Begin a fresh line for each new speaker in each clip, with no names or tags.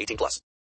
18 plus.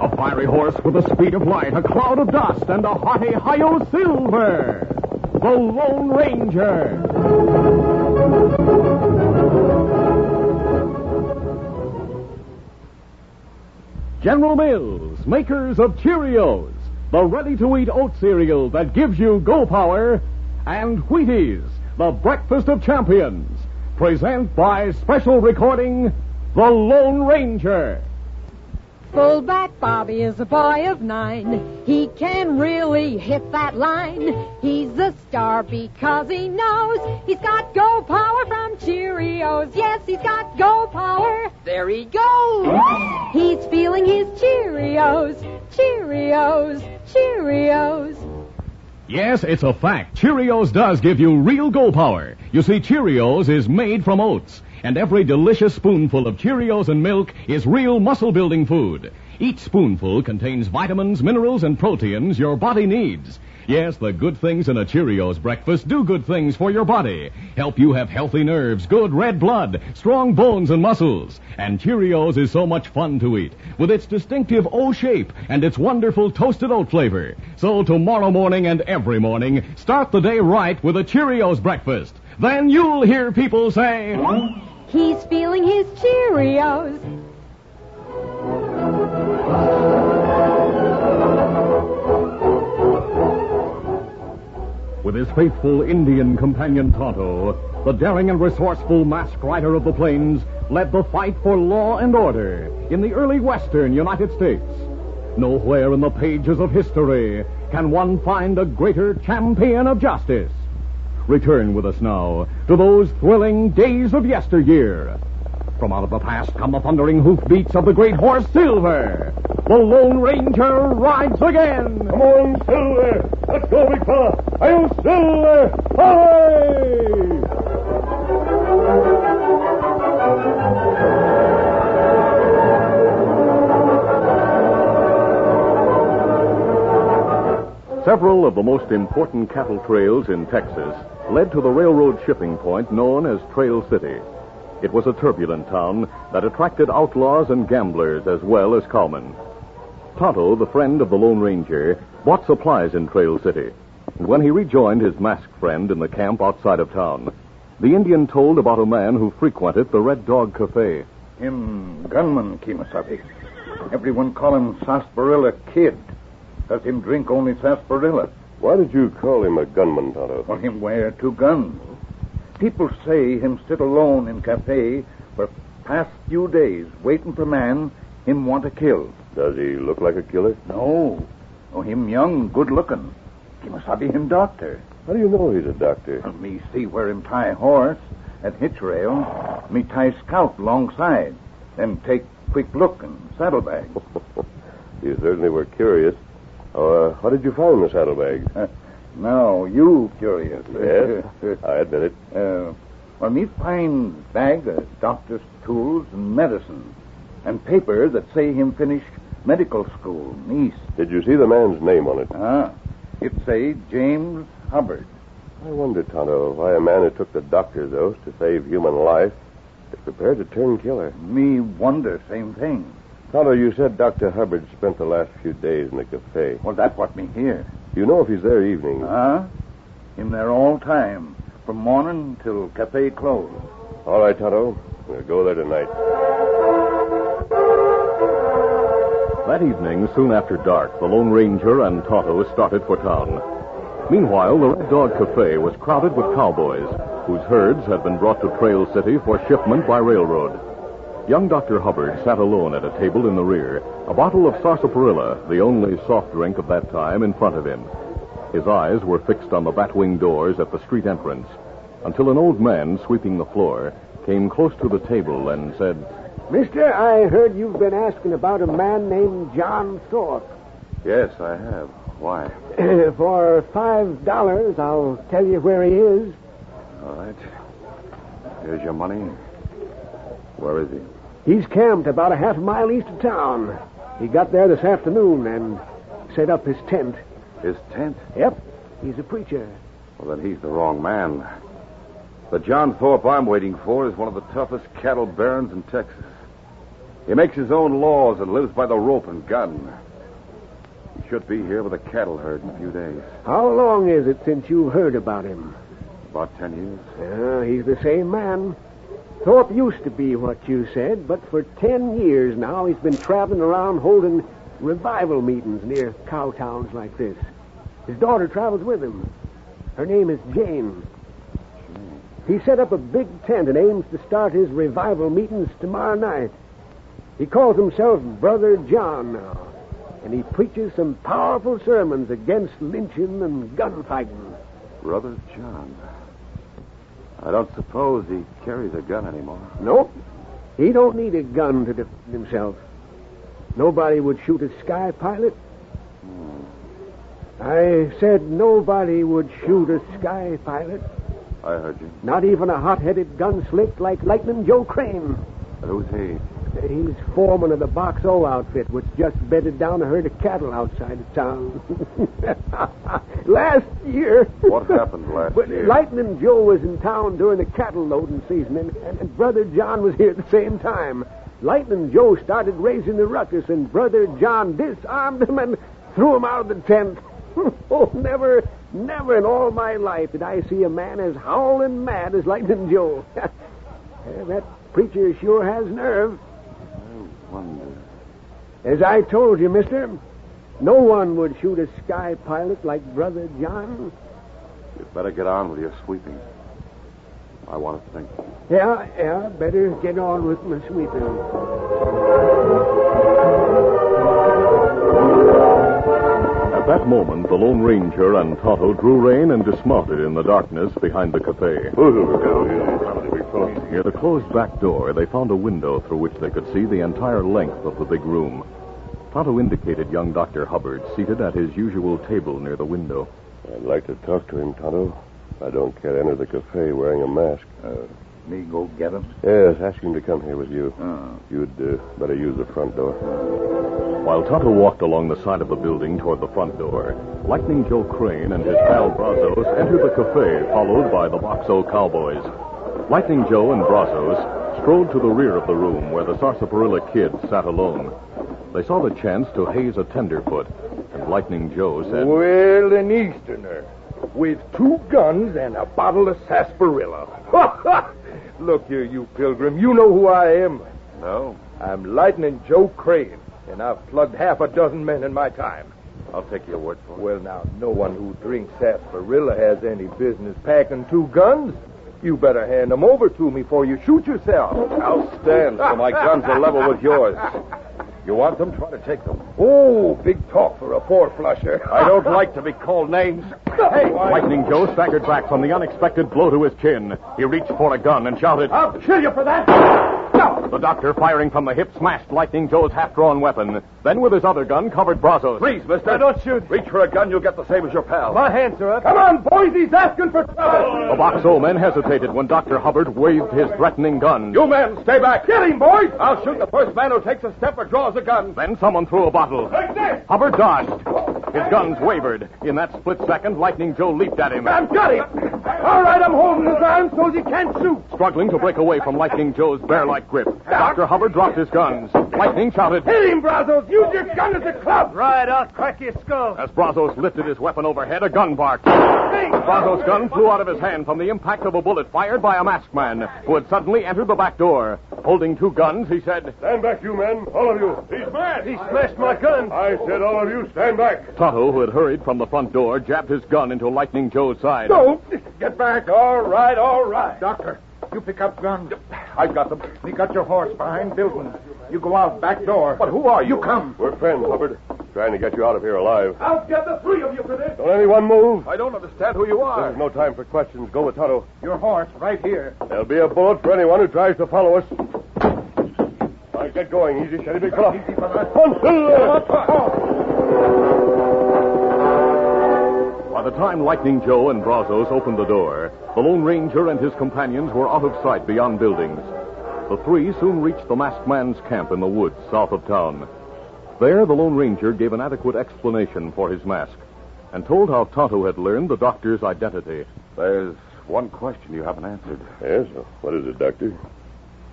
A fiery horse with the speed of light, a cloud of dust, and a haughty Hio Silver. The Lone Ranger. General Mills, makers of Cheerios, the ready-to-eat oat cereal that gives you go power, and Wheaties, the breakfast of champions, present by special recording, The Lone Ranger.
Fullback Bobby is a boy of nine. He can really hit that line. He's a star because he knows he's got go power from Cheerios. Yes, he's got go power. There he goes. He's feeling his Cheerios, Cheerios, Cheerios.
Yes, it's a fact. Cheerios does give you real go power. You see, Cheerios is made from oats, and every delicious spoonful of Cheerios and milk is real muscle building food. Each spoonful contains vitamins, minerals, and proteins your body needs. Yes, the good things in a Cheerios breakfast do good things for your body. Help you have healthy nerves, good red blood, strong bones and muscles. And Cheerios is so much fun to eat with its distinctive O shape and its wonderful toasted oat flavor. So tomorrow morning and every morning, start the day right with a Cheerios breakfast. Then you'll hear people say,
He's feeling his Cheerios.
With his faithful Indian companion Tonto, the daring and resourceful masked rider of the plains led the fight for law and order in the early western United States. Nowhere in the pages of history can one find a greater champion of justice. Return with us now to those thrilling days of yesteryear. From out of the past come the thundering hoofbeats of the great horse Silver. The Lone Ranger rides again. Come on, Silver. Let's go, big fella. I'm Silver. Away! Several of the most important cattle trails in Texas led to the railroad shipping point known as Trail City. It was a turbulent town that attracted outlaws and gamblers as well as cowmen. Tonto, the friend of the Lone Ranger, bought supplies in Trail City. And when he rejoined his masked friend in the camp outside of town, the Indian told about a man who frequented the Red Dog Cafe.
Him gunman Kemosabe. Everyone call him Sarsaparilla Kid. Does him drink only sarsaparilla.
Why did you call him a gunman, Tonto?
Want him wear two guns. People say him sit alone in cafe for past few days waiting for man him want to kill.
Does he look like a killer?
No. Oh, him young, good looking. Kemosabe him doctor.
How do you know he's a doctor?
Well, me see where him tie horse at hitch rail. Me tie scout alongside. Then take quick look and saddlebag.
You certainly were curious. Uh, how did you find the saddlebag?
now you curious.
Yes, I admit it.
Uh, well, me find bag of doctor's tools and medicine, and paper that say him finish medical school in East.
Did you see the man's name on it?
Ah, it say James Hubbard.
I wonder, Tonto, why a man who took the doctor's oath to save human life Is prepared to turn killer.
Me wonder, same thing.
Tonto, you said Dr. Hubbard spent the last few days in a cafe.
Well, that what me here.
You know if he's there evenings.
Huh? Him there all time, from morning till cafe close.
All right, Tonto. We'll go there tonight.
That evening, soon after dark, the Lone Ranger and Tonto started for town. Meanwhile, the Red Dog Cafe was crowded with cowboys, whose herds had been brought to Trail City for shipment by railroad. Young Dr. Hubbard sat alone at a table in the rear, a bottle of sarsaparilla, the only soft drink of that time, in front of him. His eyes were fixed on the batwing doors at the street entrance, until an old man sweeping the floor came close to the table and said,
Mister, I heard you've been asking about a man named John Thorpe.
Yes, I have. Why?
For five dollars, I'll tell you where he is.
All right. Here's your money. Where is he?
He's camped about a half a mile east of town. He got there this afternoon and set up his tent.
His tent?
Yep, he's a preacher.
Well, then he's the wrong man. The John Thorpe I'm waiting for is one of the toughest cattle barons in Texas. He makes his own laws and lives by the rope and gun. He should be here with a cattle herd in a few days.
How long is it since you heard about him?
About ten years.
Uh, he's the same man. Thorpe used to be what you said, but for ten years now he's been traveling around holding revival meetings near cow towns like this. His daughter travels with him. Her name is Jane. He set up a big tent and aims to start his revival meetings tomorrow night. He calls himself Brother John now, and he preaches some powerful sermons against lynching and gunfighting.
Brother John. I don't suppose he carries a gun anymore.
Nope. He don't need a gun to defend himself. Nobody would shoot a sky pilot. I said nobody would shoot a sky pilot.
I heard you.
Not even a hot-headed gunslick like Lightning Joe Crane.
Who's he?
He's foreman of the Box O outfit, which just bedded down a herd of cattle outside of town. last year.
What happened last
But
year?
Lightning Joe was in town during the cattle loading season, and, and Brother John was here at the same time. Lightning Joe started raising the ruckus, and Brother John disarmed him and threw him out of the tent. oh, never, never in all my life did I see a man as howling mad as Lightning Joe. Eh, that preacher sure has nerve.
I wonder.
As I told you, mister, no one would shoot a sky pilot like Brother John.
You'd better get on with your sweeping. I want to think.
Yeah, yeah, better get on with my sweeping.
At that moment, the Lone Ranger and Tonto drew rein and dismounted in the darkness behind the cafe. Near the closed back door, they found a window through which they could see the entire length of the big room. Tonto indicated young Dr. Hubbard seated at his usual table near the window.
I'd like to talk to him, Tonto. I don't care to enter the cafe wearing a mask.
Uh,
Me go get him?
yes, ask him to come here with you.
Oh.
You'd uh, better use the front door.
While Tonto walked along the side of the building toward the front door, Lightning Joe Crane and his pal Brazos entered the cafe, followed by the Boxo Cowboys. Lightning Joe and Brazos strolled to the rear of the room where the Sarsaparilla Kid sat alone. They saw the chance to haze a tenderfoot, and Lightning Joe said,
Well, an Easterner with two guns and a bottle of sarsaparilla. Look here, you pilgrim. You know who I am.
No,
I'm Lightning Joe Crane, and I've plugged half a dozen men in my time.
I'll take your word for it.
Well, now, no one who drinks sarsaparilla has any business packing two guns. You better hand 'em over to me before you shoot yourself.
I'll stand so my guns are level with yours. You want them? Try to take them.
Oh, big talk for a four flusher.
I don't like to be called names.
Hey,
Lightning Joe staggered back from the unexpected blow to his chin. He reached for a gun and shouted,
I'll kill you for that.
The doctor, firing from the hip, smashed Lightning Joe's half-drawn weapon. Then, with his other gun, covered Brazos.
Please, mister. don't shoot. Reach for a gun, you'll get the same as your pal.
My hands are up. Come on, boys. He's asking for trouble.
The Boxo men hesitated when Dr. Hubbard waved his threatening gun.
You men, stay back.
Get him, boys.
I'll shoot the first man who takes a step or draws a gun.
Then someone threw a bottle.
Like this.
Hubbard dodged. His guns wavered. In that split second, Lightning Joe leaped at him.
I've got him.
All right, I'm holding his arm so he can't shoot.
Struggling to break away from Lightning Joe's bear-like grip, Dr. Hubbard dropped his guns. Lightning shouted,
Hit him, Brazos! Use your gun as a club!
Right, I'll crack your skull.
As Brazos lifted his weapon overhead, a gun barked. Brazos' gun flew out of his hand from the impact of a bullet fired by a masked man who had suddenly entered the back door. Holding two guns, he said,
Stand back, you men. All of you. He's mad.
He smashed my gun.
I said, all of you, stand back.
Tonto, who had hurried from the front door, jabbed his gun into Lightning Joe's side.
Don't! Get back. All right, all right.
Doctor, you pick up guns. I've got them. You got your horse behind building. You go out back door.
But who are you?
You come.
We're friends, Hubbard. Trying to get you out of here alive.
I'll get the three of you for this.
Don't anyone move.
I don't understand who you are.
There's no time for questions. Go with Tonto.
Your horse right here.
There'll be a bullet for anyone who tries to follow us. All right, get going. Easy, Shetty. Big fella.
Easy, fella.
One, two,
Oh,
By the time Lightning Joe and Brazos opened the door, the Lone Ranger and his companions were out of sight beyond buildings. The three soon reached the masked man's camp in the woods south of town. There, the Lone Ranger gave an adequate explanation for his mask and told how Tonto had learned the doctor's identity.
There's one question you haven't answered.
Yes? What is it, Doctor?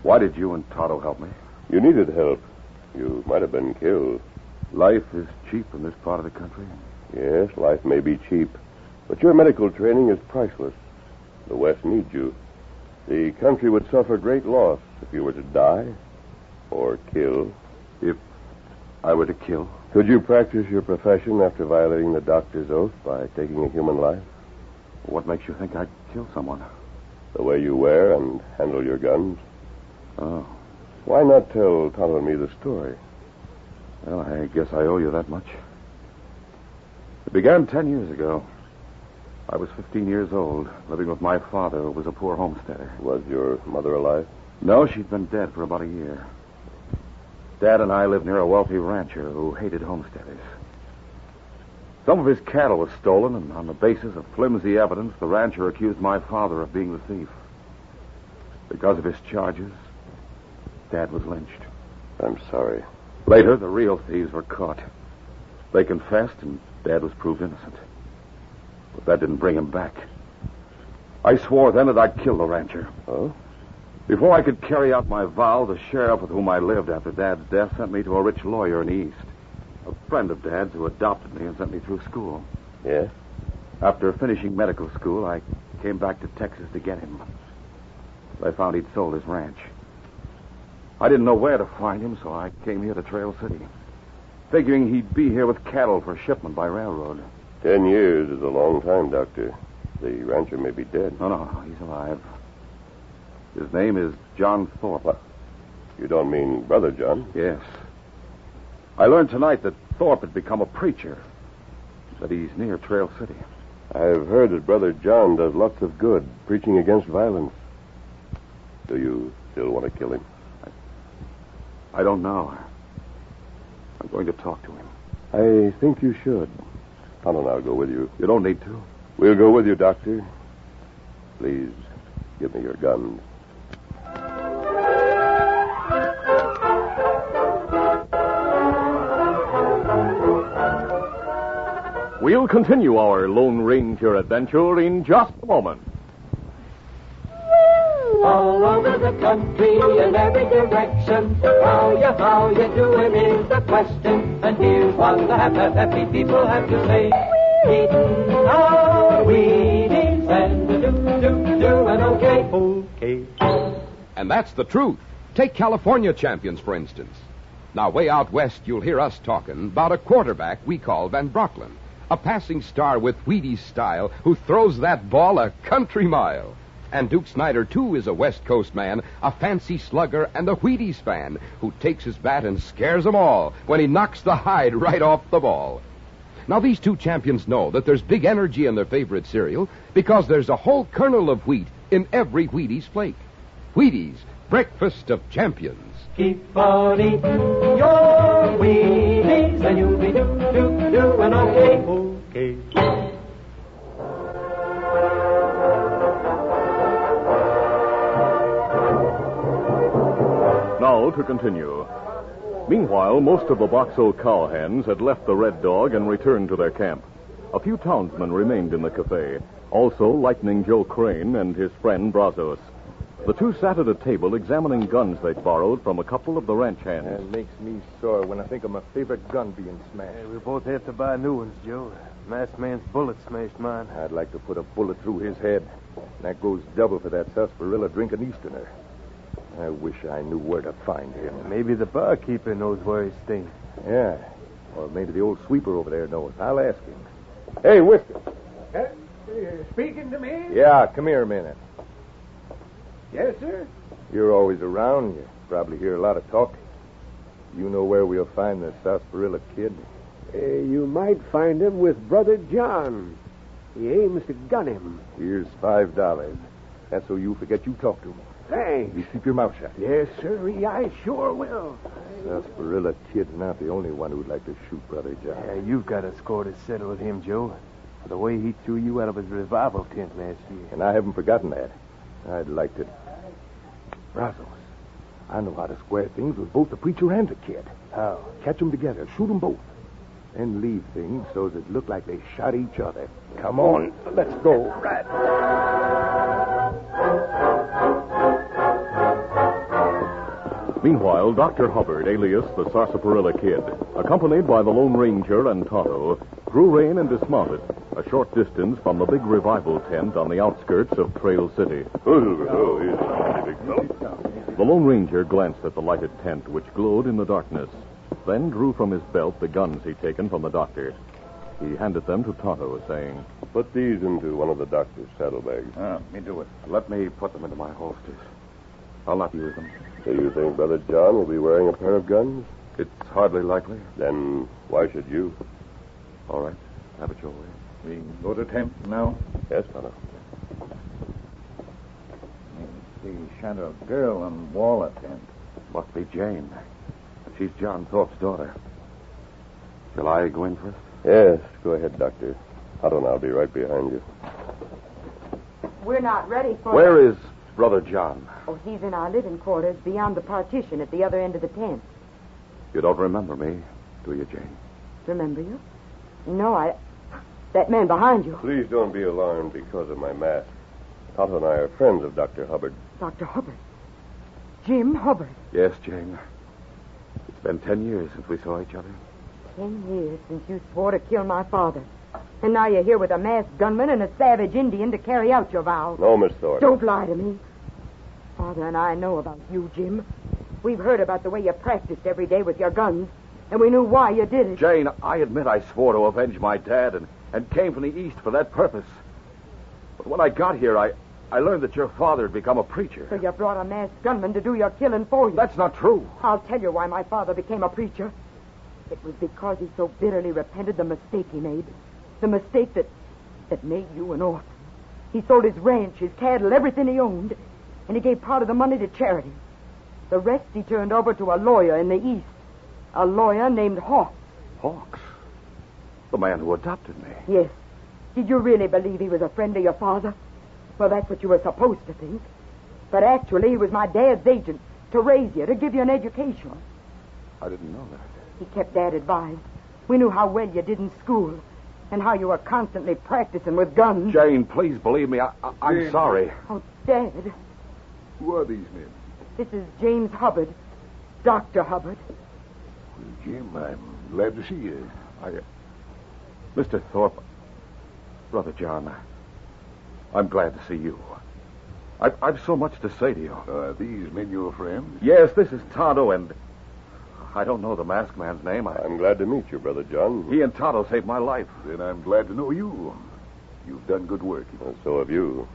Why did you and Tonto help me?
You needed help. You might have been killed.
Life is cheap in this part of the country.
Yes, life may be cheap, but your medical training is priceless. The West needs you. The country would suffer great loss if you were to die or kill.
If I were to kill,
Could you practice your profession after violating the doctor's oath by taking a human life?
what makes you think I'd kill someone?
The way you wear and handle your guns?
Oh,
Why not tell Tonto and me the story?
well, I guess I owe you that much. It began ten years ago. I was 15 years old, living with my father, who was a poor homesteader.
Was your mother alive?
No, she'd been dead for about a year. Dad and I lived near a wealthy rancher who hated homesteaders. Some of his cattle was stolen, and on the basis of flimsy evidence, the rancher accused my father of being the thief. Because of his charges, Dad was lynched.
I'm sorry.
Later, the real thieves were caught. They confessed, and Dad was proved innocent. But that didn't bring him back. I swore then that I'd kill the rancher.
Oh?
Before I could carry out my vow, the sheriff with whom I lived after Dad's death sent me to a rich lawyer in the East. A friend of Dad's who adopted me and sent me through school.
Yes?
After finishing medical school, I came back to Texas to get him. I found he'd sold his ranch. I didn't know where to find him, so I came here to Trail City, figuring he'd be here with cattle for shipment by railroad.
Ten years is a long time, Doctor. The rancher may be dead.
No, no, he's alive. His name is John Thorpe.
You don't mean Brother John?
Yes. I learned tonight that Thorpe had become a preacher, that he's near Trail City.
I've heard that Brother John does lots of good, preaching against violence. Do you still want to kill him?
I don't know. I'm going to talk to him.
I think you should. Tonto and I'll go with you.
You don't need to.
We'll go with you, Doctor. Please, give me your guns.
We'll continue our Lone Ranger adventure in just a moment.
all over the country in every direction. How you, how you doing is the question. And here's what the happy, happy people have to say. Eating, oh, weeding, and do, do, do, and okay, okay.
And that's the truth. Take California champions, for instance. Now, way out west, you'll hear us talking about a quarterback we call Van Brocklin, a passing star with Wheaties style who throws that ball a country mile. And Duke Snyder, too, is a West Coast man, a fancy slugger and a Wheaties fan who takes his bat and scares 'em all when he knocks the hide right off the ball. Now, these two champions know that there's big energy in their favorite cereal because there's a whole kernel of wheat in every Wheaties flake. Wheaties, breakfast of champions.
Keep on eating your weedies, and you'll be do, do, do, and okay, okay.
Now to continue. Meanwhile, most of the Box O'Callahans had left the Red Dog and returned to their camp.
A few townsmen remained in the cafe, also Lightning Joe Crane and his friend Brazos. The two sat at a table examining guns they'd borrowed from a couple of the ranch hands.
That makes me sore when I think of my favorite gun being smashed.
we both have to buy new ones, Joe. Masked man's bullet smashed mine.
I'd like to put a bullet through his head. That goes double for that sarsaparilla drinking Easterner. I wish I knew where to find him.
Maybe the barkeeper knows where he's staying.
Yeah. Or maybe the old sweeper over there knows. I'll ask him. Hey, Whisker.
Uh, speaking to me?
Yeah, come here a minute.
Yes, sir.
You're always around. You probably hear a lot of talking. You know where we'll find the sarsaparilla kid?
Uh, you might find him with Brother John. He aims to gun him.
Here's five dollars. That's so you forget you talked to me.
Thanks.
You keep your mouth shut.
Yes, sir. I sure will.
Sarsaparilla kid's not the only one who'd like to shoot Brother John.
Yeah, you've got a score to settle with him, Joe. For the way he threw you out of his revival tent last year.
And I haven't forgotten that. I'd like to. Brazos, I know how to square things with both the preacher and the kid.
How?
Catch 'em together, shoot 'em both. Then leave things so that it looked like they shot each other. Come on, let's go. Right.
Meanwhile, Dr. Hubbard, alias the Sarsaparilla Kid, accompanied by the Lone Ranger and Tonto, drew rein and dismounted a short distance from the big revival tent on the outskirts of Trail City. The Lone Ranger glanced at the lighted tent, which glowed in the darkness, then drew from his belt the guns he'd taken from the doctor. He handed them to Tonto, saying,
Put these into one of the doctor's saddlebags.
Ah, me do it. Let me put them into my holsters. I'll not use them.
Do you think Brother John will be wearing a pair of guns?
It's hardly likely.
Then why should you?
All right. Have it your way.
We go to tent now.
Yes, Tonto.
The shadow of girl on wall of tent.
Must be Jane. She's John Thorpe's daughter. Shall I go in first?
Yes, go ahead, Doctor. Otto and I'll be right behind you.
We're not ready for.
Where is Brother John?
Oh, he's in our living quarters beyond the partition at the other end of the tent.
You don't remember me, do you, Jane?
Remember you? No, I. That man behind you,
Please don't be alarmed because of my mask. Tonto and I are friends of Dr. Hubbard.
Doctor Hubbard, Jim Hubbard.
Yes, Jane. It's been ten years since we saw each other.
Ten years since you swore to kill my father, and now you're here with a masked gunman and a savage Indian to carry out your vows.
No, Miss Thorpe.
Don't lie to me. Father and I know about you, Jim. We've heard about the way you practiced every day with your guns, and we knew why you did it.
Jane, I admit I swore to avenge my dad and, and came from the East for that purpose. But when I got here, I, I learned that your father had become a preacher.
So you brought a masked gunman to do your killing for you.
That's not true.
I'll tell you why my father became a preacher. It was because he so bitterly repented the mistake he made. The mistake that that made you an orphan. He sold his ranch, his cattle, everything he owned, and he gave part of the money to charity. The rest he turned over to a lawyer in the East. A lawyer named Hawk.
Hawks. The man who adopted me.
Yes. Did you really believe he was a friend of your father? Well, that's what you were supposed to think. But actually, he was my dad's agent to raise you, to give you an education.
I didn't know that.
He kept Dad advised. We knew how well you did in school and how you were constantly practicing with guns.
Jane, please believe me. I, I, am
Jane.
sorry.
Oh, Dad,
Who are these men?
this is James Hubbard, Dr. Hubbard.
Jim, I'm glad to see you.
I, uh, Mr. Thorpe, Brother John, I'm glad to see you. I've, I've so much to say to you.
Uh,
Are these men your friends?
Yes, this is Tonto, and I don't know the masked man's name. I,
I'm glad to meet you, Brother John.
he and Tonto saved my life.
Then I'm glad to know you. You've done good work.
And so have you.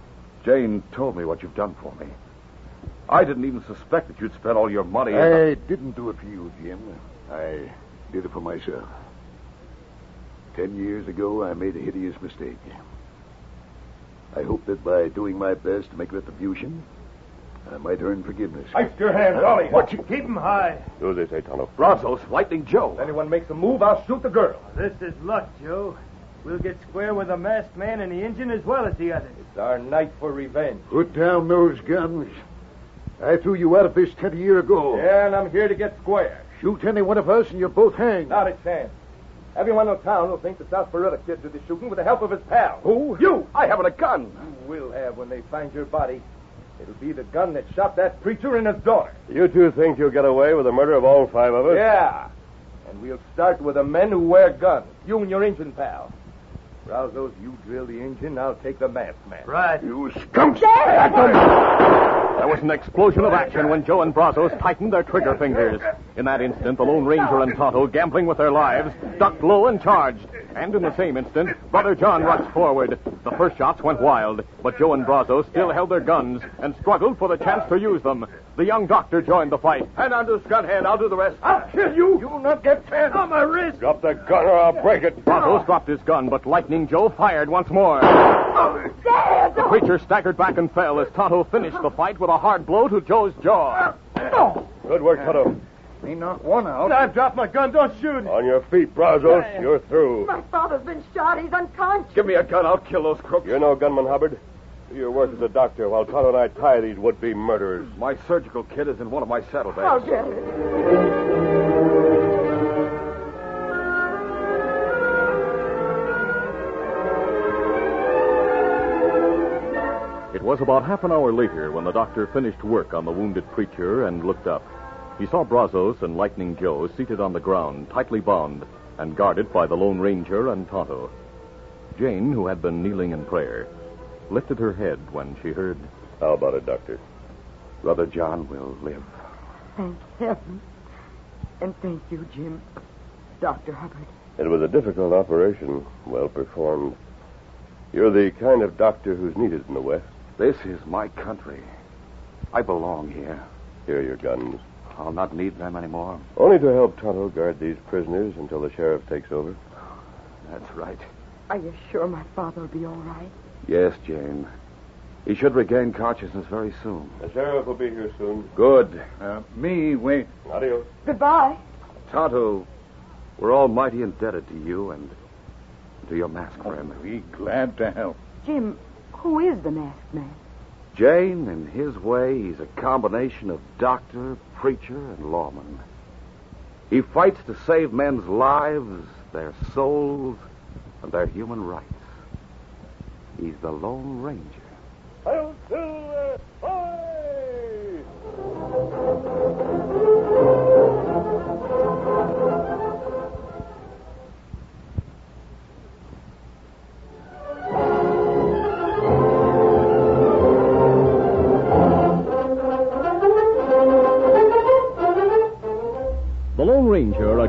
Jane told me what you've done for me. I didn't even suspect that you'd spent all your money.
I didn't do it for you, Jim. I did it for myself. Ten years ago, I made a hideous mistake. I hope that by doing my best to make retribution, I might earn forgiveness.
Ice your hands, Ollie. What you keep 'em high.
Do as they say, Tonto.
Brazos, Lightning Joe.
anyone makes a move, I'll shoot the girl.
This is luck, Joe. We'll get square with the masked man and the engine as well as the others.
It's our night for revenge.
Put down those guns. I threw you out of this tent a year ago.
Yeah, and I'm here to get square.
Shoot any one of us and you're both hanged.
Not a chance. Everyone in town will think the South Beretta kid did the shooting with the help of his pal. Who? You! I haven't a gun. You will have when they find your body. It'll be the gun that shot that preacher and his daughter.
You two think you'll get away with the murder of all five of us?
Yeah. And we'll start with the men who wear guns. You and your engine pal. Brazos, you drill the engine. I'll take the masked man.
Right.
You
skunks.
There was an explosion of action when Joe and Brazos tightened their trigger fingers. In that instant, the Lone Ranger and Tonto, gambling with their lives, ducked low and charged. And in the same instant, Brother John rushed forward. The first shots went wild, but Joe and Brazos still held their guns and struggled for the chance to use them. The young doctor joined the fight.
Hand on to the scout hand. I'll do the rest. I'll
kill you. You will not get ten.
On my wrist.
Drop the gun or I'll break it.
Brazos dropped his gun, but Lightning Joe fired once more. The creature staggered back and fell as Tonto finished the fight with a hard blow to Joe's jaw.
Good work, Toto.
They knocked one out.
I've dropped my gun. Don't shoot.
On your feet, Brazos. You're through.
My father's been shot. He's unconscious.
Give me a gun. I'll kill those crooks.
You're no gunman, Hubbard. Do your work as a doctor while Tonto and I tie these would-be murderers.
My surgical kit is in one of my saddlebags.
I'll get it.
It was about half an hour later when the doctor finished work on the wounded preacher and looked up. He saw Brazos and Lightning Joe seated on the ground, tightly bound, and guarded by the Lone Ranger and Tonto. Jane, who had been kneeling in prayer, lifted her head when she heard,
How about it, Doctor?
Brother John will live.
Thank heaven. And thank you, Jim. Dr. Hubbard.
It was a difficult operation, well performed. You're the kind of doctor who's needed in the West.
This is my country. I belong here.
Here are your guns.
I'll not need them anymore.
Only to help Tonto guard these prisoners until the sheriff takes over.
That's right.
Are you sure my father will be all right?
Yes, Jane. He should regain consciousness very soon.
The sheriff will be here soon.
Good.
Uh, me, wait.
Adios.
Goodbye.
Tonto, we're almighty indebted to you and to your masked friend.
Be glad to help.
Jim, who is the masked man?
Jane, in his way, he's a combination of doctor, preacher, and lawman. He fights to save men's lives, their souls, and their human rights. He's the Lone Ranger.
Hail Silver! Hooray!
The Lone Ranger, a